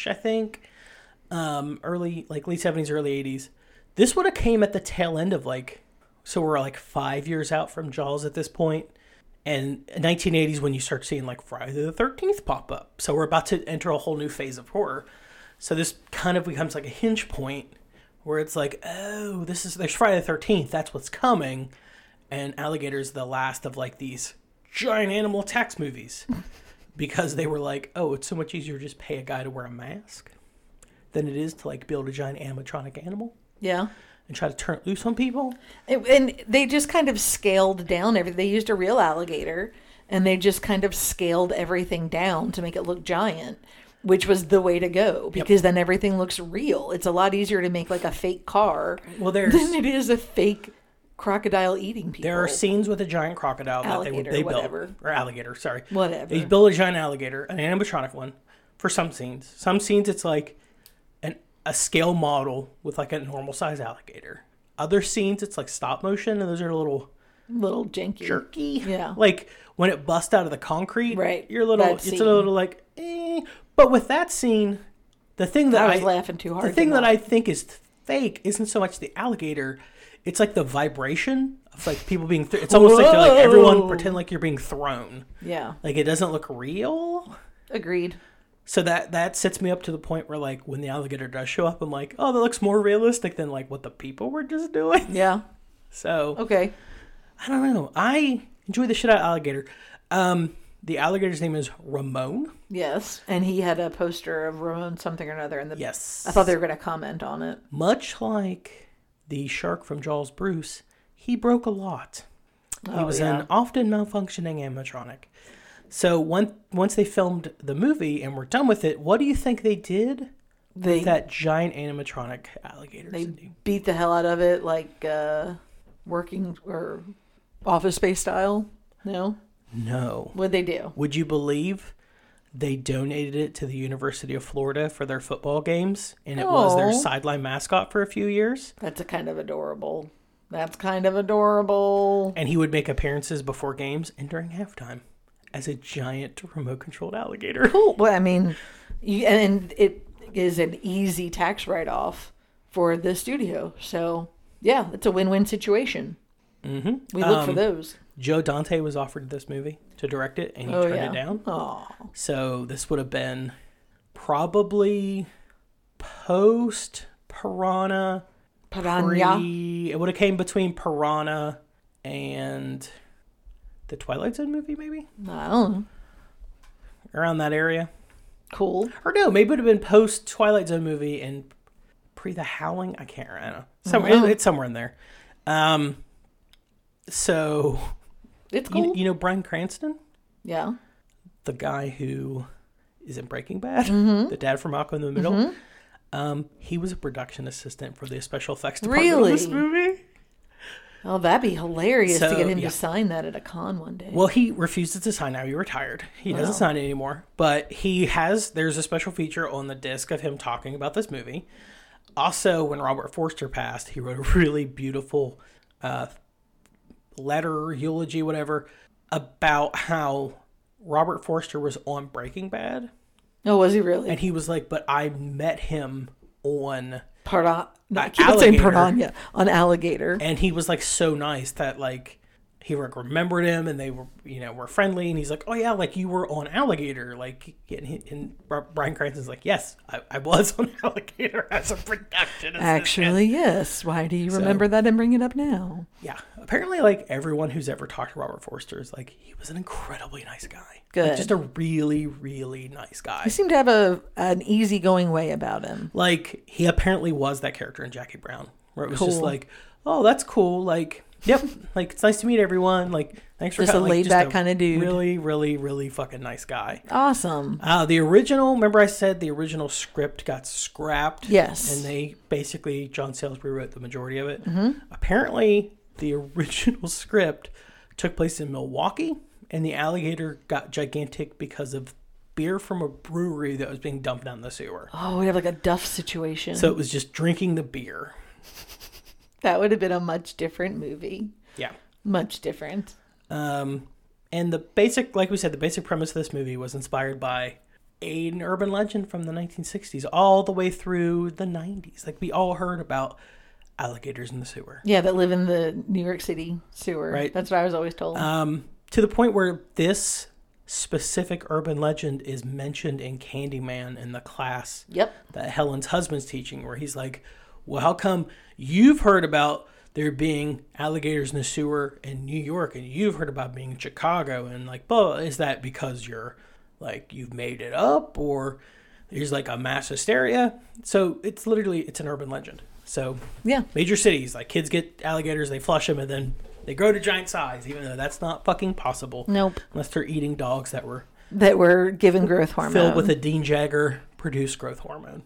Speaker 1: I think. Um, early like late '70s, early '80s. This would have came at the tail end of like, so we're like five years out from Jaws at this point and 1980s when you start seeing like Friday the 13th pop up. So we're about to enter a whole new phase of horror. So this kind of becomes like a hinge point where it's like, oh, this is there's Friday the 13th. That's what's coming, and Alligator's the last of like these giant animal tax movies because they were like, oh, it's so much easier to just pay a guy to wear a mask than it is to like build a giant animatronic animal
Speaker 2: yeah.
Speaker 1: and try to turn it loose on people.
Speaker 2: It- and they just kind of scaled down everything. They used a real alligator and they just kind of scaled everything down to make it look giant, which was the way to go because then everything looks real. It's a lot easier to make like a fake car
Speaker 1: Well, there's
Speaker 2: than it is a fake crocodile eating people.
Speaker 1: There are scenes with a giant crocodile that
Speaker 2: Alligator,
Speaker 1: they, they built,
Speaker 2: whatever.
Speaker 1: or alligator. Sorry,
Speaker 2: Whatever.
Speaker 1: They build a giant alligator, an animatronic one, for some scenes. Some scenes it's like an a scale model with like a normal size alligator. Other scenes it's like stop motion, and those are a little
Speaker 2: little janky.
Speaker 1: jerky.
Speaker 2: Yeah.
Speaker 1: Like when it busts out of the concrete,
Speaker 2: Right,
Speaker 1: You're a little,
Speaker 2: that
Speaker 1: it's
Speaker 2: scene.
Speaker 1: a little like, eh. but with that scene, the thing that
Speaker 2: I was laughing too hard
Speaker 1: The thing
Speaker 2: to
Speaker 1: that
Speaker 2: laugh.
Speaker 1: I think is fake isn't so much the alligator; it's like the vibration of like people being. Th- it's almost like, they're like everyone
Speaker 2: Whoa.
Speaker 1: pretend like you're being thrown.
Speaker 2: Yeah.
Speaker 1: Like it doesn't look real.
Speaker 2: Agreed.
Speaker 1: So that that sets me up to the point where like when the alligator does show up, I'm like, oh, that looks more realistic than like what the people were just doing.
Speaker 2: Yeah.
Speaker 1: So
Speaker 2: Okay.
Speaker 1: I don't know. I enjoy the shit out of alligator. Um, the alligator's name is Ramon.
Speaker 2: Yes. And he had a poster of Ramon something or another in the
Speaker 1: Yes.
Speaker 2: I thought they were going to comment on it.
Speaker 1: Much like the shark from Jaws Bruce, he broke a lot. he
Speaker 2: Oh,
Speaker 1: was an often malfunctioning animatronic. So once once they filmed the movie and were done with it, what do you think they did?
Speaker 2: They
Speaker 1: That giant animatronic alligator.
Speaker 2: they
Speaker 1: Cindy?
Speaker 2: beat the hell out of it like uh working or office space style no
Speaker 1: No.
Speaker 2: what'd they do
Speaker 1: Would you believe they donated it to the University of Florida for their football games, and it was
Speaker 2: Aw.
Speaker 1: their sideline mascot for a few years.
Speaker 2: that's a kind of adorable that's kind of adorable
Speaker 1: And he would make appearances before games and during halftime as a giant remote-controlled alligator.
Speaker 2: cool well i mean you, and it is an easy tax write-off for the studio so yeah it's a win-win situation mm-hmm. we look for those
Speaker 1: Joe Dante was offered this movie to direct it, and he
Speaker 2: Oh,
Speaker 1: turned
Speaker 2: yeah.
Speaker 1: it down.
Speaker 2: oh
Speaker 1: So this would have been probably post Piranha.
Speaker 2: piranha
Speaker 1: pre- It would have came between Piranha and the Twilight Zone movie, maybe
Speaker 2: i don't know
Speaker 1: around that area.
Speaker 2: cool
Speaker 1: Or no, maybe it would have been post Twilight Zone movie and pre The Howling. I can't remember. Somewhere, it- it's somewhere in there. Um, so
Speaker 2: it's
Speaker 1: you,
Speaker 2: cool
Speaker 1: you know Brian Cranston,
Speaker 2: yeah
Speaker 1: the guy who is in Breaking Bad,
Speaker 2: Mm-hmm.
Speaker 1: the dad from Malcolm in the Middle. Um, he was a production assistant for the special effects department on this
Speaker 2: Really?
Speaker 1: movie.
Speaker 2: Oh, that'd be hilarious to
Speaker 1: So,
Speaker 2: get him
Speaker 1: yeah.
Speaker 2: to sign that at a con one day.
Speaker 1: Well, he refuses to sign now. He retired. He doesn't sign anymore. But he has, there's a special feature on the disc of him talking about this movie. Also, when Robert Forster passed, he wrote a really beautiful uh, letter, eulogy, whatever, about how Robert Forster was on Breaking Bad.
Speaker 2: oh, was he really?
Speaker 1: And he was like, but I met him on
Speaker 2: Pardon. No, I
Speaker 1: Uh,
Speaker 2: keep on saying
Speaker 1: alligator.
Speaker 2: pardon. Yeah, on alligator.
Speaker 1: and he was like so nice that like he like remembered him and they were you know were friendly and he's like oh yeah like you were on alligator like and, he, and Bri- brian cranston's like yes I, I was on alligator as a production assistant."
Speaker 2: Actually, yes. Why do you remember that and bring it up now?
Speaker 1: yeah apparently like everyone who's ever talked to robert forster is like he was an incredibly nice guy Like,
Speaker 2: Good.
Speaker 1: just a really really nice guy
Speaker 2: You seem to have a an easygoing way about him.
Speaker 1: like he apparently was that character in Jackie Brown, where it was just like, oh, that's cool. Like, yep, like it's nice to meet everyone. Like, thanks for
Speaker 2: Just a
Speaker 1: coming. Like,
Speaker 2: laid-back kinda dude.
Speaker 1: Really, really, really fucking nice guy.
Speaker 2: Awesome.
Speaker 1: Uh, the original, remember I said the original script got scrapped.
Speaker 2: Yes.
Speaker 1: and they basically John Salisbury wrote the majority of it.
Speaker 2: Mm-hmm.
Speaker 1: Apparently, the original script took place in Milwaukee, and the alligator got gigantic because of beer from a brewery that was being dumped down the sewer.
Speaker 2: Oh, we have like a Duff situation.
Speaker 1: So it was just drinking the beer.
Speaker 2: that would have been a much different movie.
Speaker 1: Yeah.
Speaker 2: Much different.
Speaker 1: Um, and the basic, like we said, the basic premise of this movie was inspired by an urban legend from the 1960s all the way through the 90s. Like we all heard about alligators in the sewer.
Speaker 2: Yeah, that live in the New York City sewer.
Speaker 1: Right.
Speaker 2: That's what I was always told.
Speaker 1: Um, to the point where this specific urban legend is mentioned in Candyman in the class
Speaker 2: Yep.
Speaker 1: that Helen's husband's teaching, where he's like, Well, how come you've heard about there being alligators in the sewer in New York and you've heard about being in Chicago and like, but is that because you're like you've made it up or there's like a mass hysteria? So it's literally it's an urban legend. So
Speaker 2: Yeah.
Speaker 1: major cities like kids get alligators, they flush them and then they grow to giant size, even though that's not fucking possible.
Speaker 2: Nope.
Speaker 1: Unless they're eating dogs that were
Speaker 2: That were given growth hormone.
Speaker 1: filled with a Dean Jagger produced growth hormone.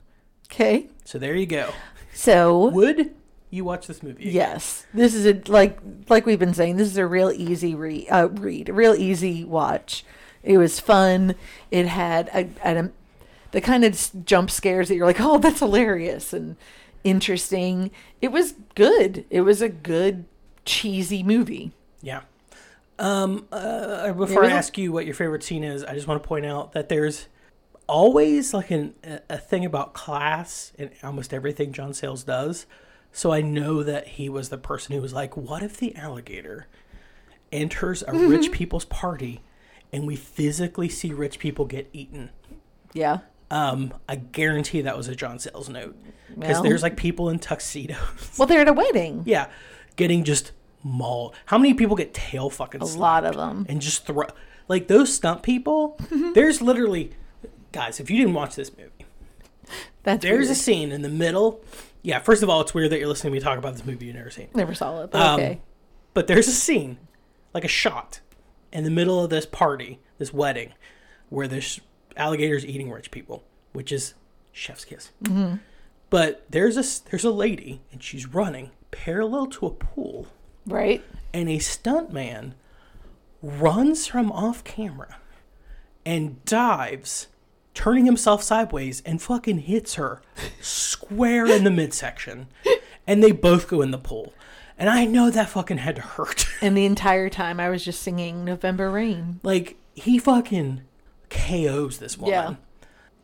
Speaker 2: Okay.
Speaker 1: So there you go.
Speaker 2: So
Speaker 1: Would you watch this movie? again?
Speaker 2: Yes, this is a like like we've been saying. This is a real easy re- uh, read, a real easy watch. It was fun. It had a, an, um, the kind of s- jump scares that you're like, oh, that's hilarious and interesting. It was good. It was a good cheesy movie.
Speaker 1: Yeah. Um, uh, before I
Speaker 2: we-
Speaker 1: ask you what your favorite scene is, I just want to point out that there's always like an, a- a thing about class in almost everything John Sayles does. So I know that he was the person who was like, "What if the alligator enters
Speaker 2: Mm-hmm.
Speaker 1: a rich people's party, and we physically see rich people get eaten?"
Speaker 2: Yeah,
Speaker 1: Um, I guarantee that was a John Sayles note because
Speaker 2: Well.
Speaker 1: there's like people in tuxedos.
Speaker 2: well, they're at a wedding.
Speaker 1: Yeah, getting just mauled. How many people get tail fucking?
Speaker 2: A lot of them.
Speaker 1: And just throw like those stunt people. there's literally guys. If you didn't watch this movie,
Speaker 2: That's
Speaker 1: there's a
Speaker 2: weird.
Speaker 1: scene in the middle. Yeah, first of all, it's weird that you're listening to me talk about this movie you've never seen.
Speaker 2: never saw it. But
Speaker 1: Um,
Speaker 2: okay,
Speaker 1: But there's a scene, like a shot, in the middle of this party, this wedding, where there's alligators eating rich people, which is chef's kiss. But there's a s- there's a lady and she's running parallel to a pool
Speaker 2: right?
Speaker 1: and a stuntman runs from off camera and dives, turning himself sideways and fucking hits her square in the midsection. And they both go in the pool. And I know that fucking had to hurt.
Speaker 2: And the entire time I was just singing "November Rain."
Speaker 1: like, he fucking KOs this woman.
Speaker 2: Yeah.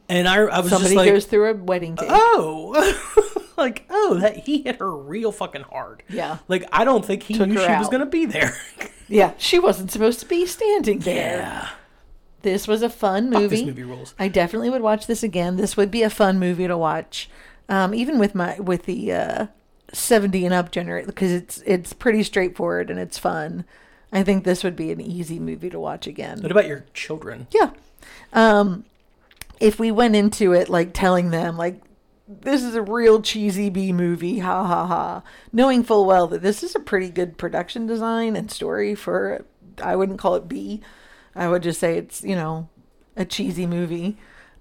Speaker 1: And I, I was
Speaker 2: Somebody
Speaker 1: just like, Uh,
Speaker 2: goes through a wedding date.
Speaker 1: oh, like, oh, that he hit her real fucking hard.
Speaker 2: Yeah.
Speaker 1: Like, I don't think he
Speaker 2: Took
Speaker 1: knew she
Speaker 2: her
Speaker 1: was
Speaker 2: out.
Speaker 1: going to be there.
Speaker 2: Yeah, she wasn't supposed to be standing there. This was a fun movie.
Speaker 1: this movie rules.
Speaker 2: I definitely would watch this again. This would be a fun movie to watch, um, even with my with the uh, seventy and up generation because it's it's pretty straightforward and it's fun. I think this would be an easy movie to watch again.
Speaker 1: What about your children?
Speaker 2: Yeah. Um, if we went into it like telling them like this is a real cheesy B movie, ha ha ha, knowing full well that this is a pretty good production design and story for I wouldn't call it B, I would just say it's you know a cheesy movie.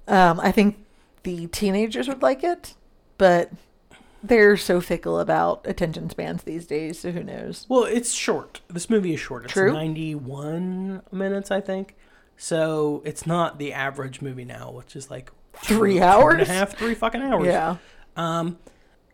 Speaker 2: Um, I think the teenagers would like it, but they're so fickle about attention spans these days, so who knows?
Speaker 1: Well, it's short. This movie is short. It's
Speaker 2: True.
Speaker 1: 91 minutes, I think. So it's not the average movie now, which is like
Speaker 2: Three
Speaker 1: Four and a
Speaker 2: hours.
Speaker 1: half, three fucking hours.
Speaker 2: Yeah.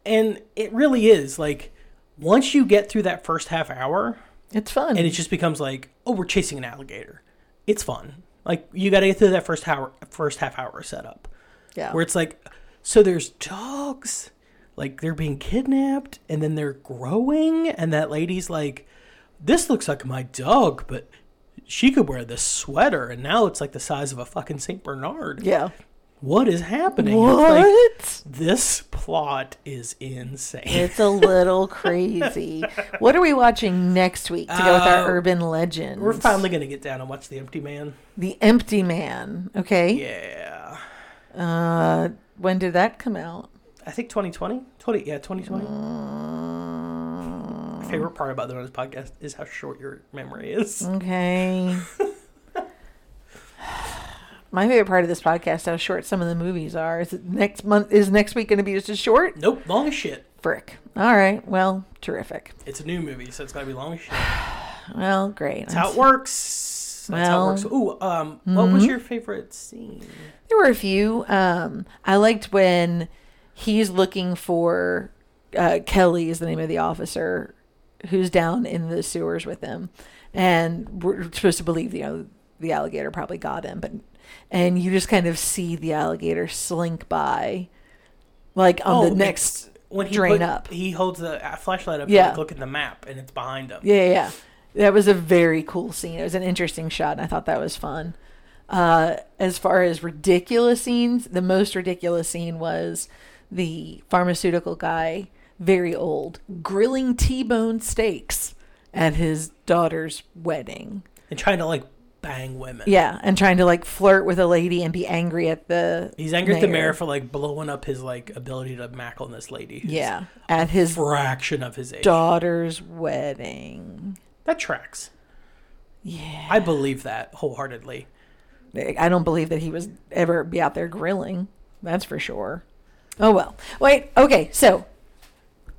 Speaker 1: And it really is like once you get through that first half hour,
Speaker 2: It's fun.
Speaker 1: and it just becomes like, oh, we're chasing an alligator. It's fun. Like you got to get through that first hour, first half hour setup,
Speaker 2: yeah.
Speaker 1: where it's like So there's dogs, like they're being kidnapped and then they're growing. And that lady's like, this looks like my dog, but she could wear this sweater. And now it's like the size of a fucking St. Bernard.
Speaker 2: Yeah.
Speaker 1: What is happening? It's like,
Speaker 2: What?
Speaker 1: this plot is insane.
Speaker 2: It's a little crazy. What are we watching next week to go with
Speaker 1: Uh,
Speaker 2: our urban legend?
Speaker 1: We're finally going to get down and watch The Empty Man.
Speaker 2: The Empty Man. Okay.
Speaker 1: Yeah.
Speaker 2: Uh, when did that come out?
Speaker 1: I think 2020. 20, yeah, 2020. My favorite part about the Runners podcast is how short your memory is.
Speaker 2: Okay. My favorite part of this podcast, how short some of the movies are. Is it next month? Is next week going to be just as short?
Speaker 1: Nope, long as shit.
Speaker 2: Frick. All right. Well, terrific.
Speaker 1: It's a new movie, so it's got to be long as shit.
Speaker 2: Well, hmm? great.
Speaker 1: That's how it works. That's how it works. Ooh, um, what was your favorite scene?
Speaker 2: There were a few. Um, I liked when he's looking for uh, Kelly is the name of the officer who's down in the sewers with him, and we're supposed to believe you know the alligator probably got him, but and you just kind of see the alligator slink by, like on the
Speaker 1: Oh, it's
Speaker 2: next
Speaker 1: when he
Speaker 2: drain
Speaker 1: put-
Speaker 2: up.
Speaker 1: He holds the uh, flashlight up.
Speaker 2: Yeah.
Speaker 1: Yeah. Like, look at the map, and it's behind him.
Speaker 2: Yeah, yeah, yeah. That was a very cool scene. It was an interesting shot, and I thought that was fun. Uh, as far as ridiculous scenes, the most ridiculous scene was the pharmaceutical guy, very old, grilling T-bone steaks at his daughter's wedding.
Speaker 1: And trying to like bang women.
Speaker 2: Yeah, and trying to like flirt with a lady and be angry at the
Speaker 1: He's angry at the
Speaker 2: mayor.
Speaker 1: mayor for like blowing up his like ability to mack on this lady. Who's
Speaker 2: Yeah, at his
Speaker 1: Fraction of his age.
Speaker 2: daughter's wedding.
Speaker 1: That tracks. Yeah. I believe that wholeheartedly.
Speaker 2: I don't believe that he was ever be out there grilling. That's for sure. Oh well. Wait. Okay. So,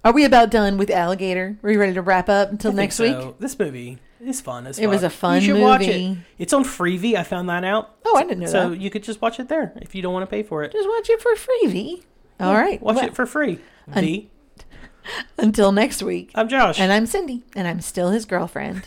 Speaker 2: are we about done with alligator? Are we ready to wrap up until
Speaker 1: I think
Speaker 2: next
Speaker 1: so.
Speaker 2: week?
Speaker 1: This movie is fun as
Speaker 2: It was
Speaker 1: fuck.
Speaker 2: a fun
Speaker 1: You should watch it.
Speaker 2: movie.
Speaker 1: It's on Freevee. I found that out.
Speaker 2: Oh, I didn't know
Speaker 1: So
Speaker 2: that.
Speaker 1: you could just watch it there if you don't want to pay for it.
Speaker 2: Just watch it for free. V. All right.
Speaker 1: Watch
Speaker 2: Well,
Speaker 1: it for free. V.
Speaker 2: until next week.
Speaker 1: I'm Josh. Uh,
Speaker 2: And I'm Cindy, and I'm still his girlfriend.